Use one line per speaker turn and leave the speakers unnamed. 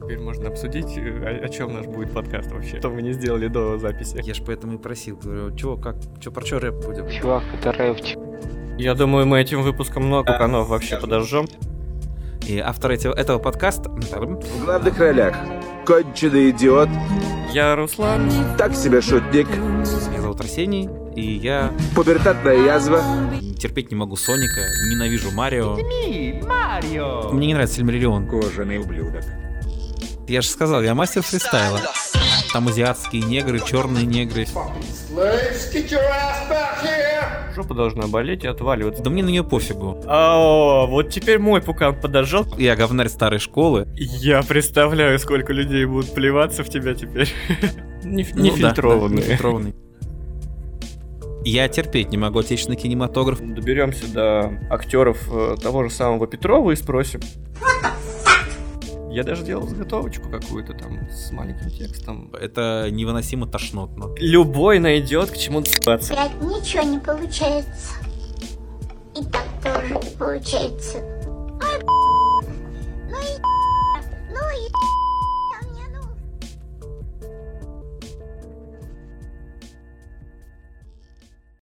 Теперь можно обсудить, э, о, о чем наш будет подкаст вообще. Что мы не сделали до записи.
Я ж поэтому и просил, говорю, чего, как, чё, про что рэп будем?
Чувак, это рэпчик.
Я думаю, мы этим выпуском много канов вообще подожжем.
И автор этого, этого подкаста... м,
В главных ролях конченый идиот,
Я Руслан.
так себе шутник,
Меня зовут Арсений, и я
пубертатная язва,
терпеть не могу Соника, ненавижу Марио. Мне не нравится Сильмариллион.
Кожаный ублюдок.
Я же сказал, я мастер фристайла. Там азиатские негры, черные негры.
Жопа должна болеть и отваливаться.
Да мне на нее пофигу.
О, вот теперь мой пукан подожжет.
Я говнарь старой школы.
Я представляю, сколько людей будут плеваться в тебя теперь.
Не,
Ну да, да,
фильтрованные.
нефильтрованный. Я терпеть не могу отечественный кинематограф.
Доберемся до актеров э, того же самого Петрова и спросим. Я даже делал заготовочку какую-то там с маленьким текстом.
Это невыносимо тошнотно.
Любой найдет к чему доебаться.
Блядь, ничего не получается. И так тоже не получается. Ой, б***ь. Ну а и ну,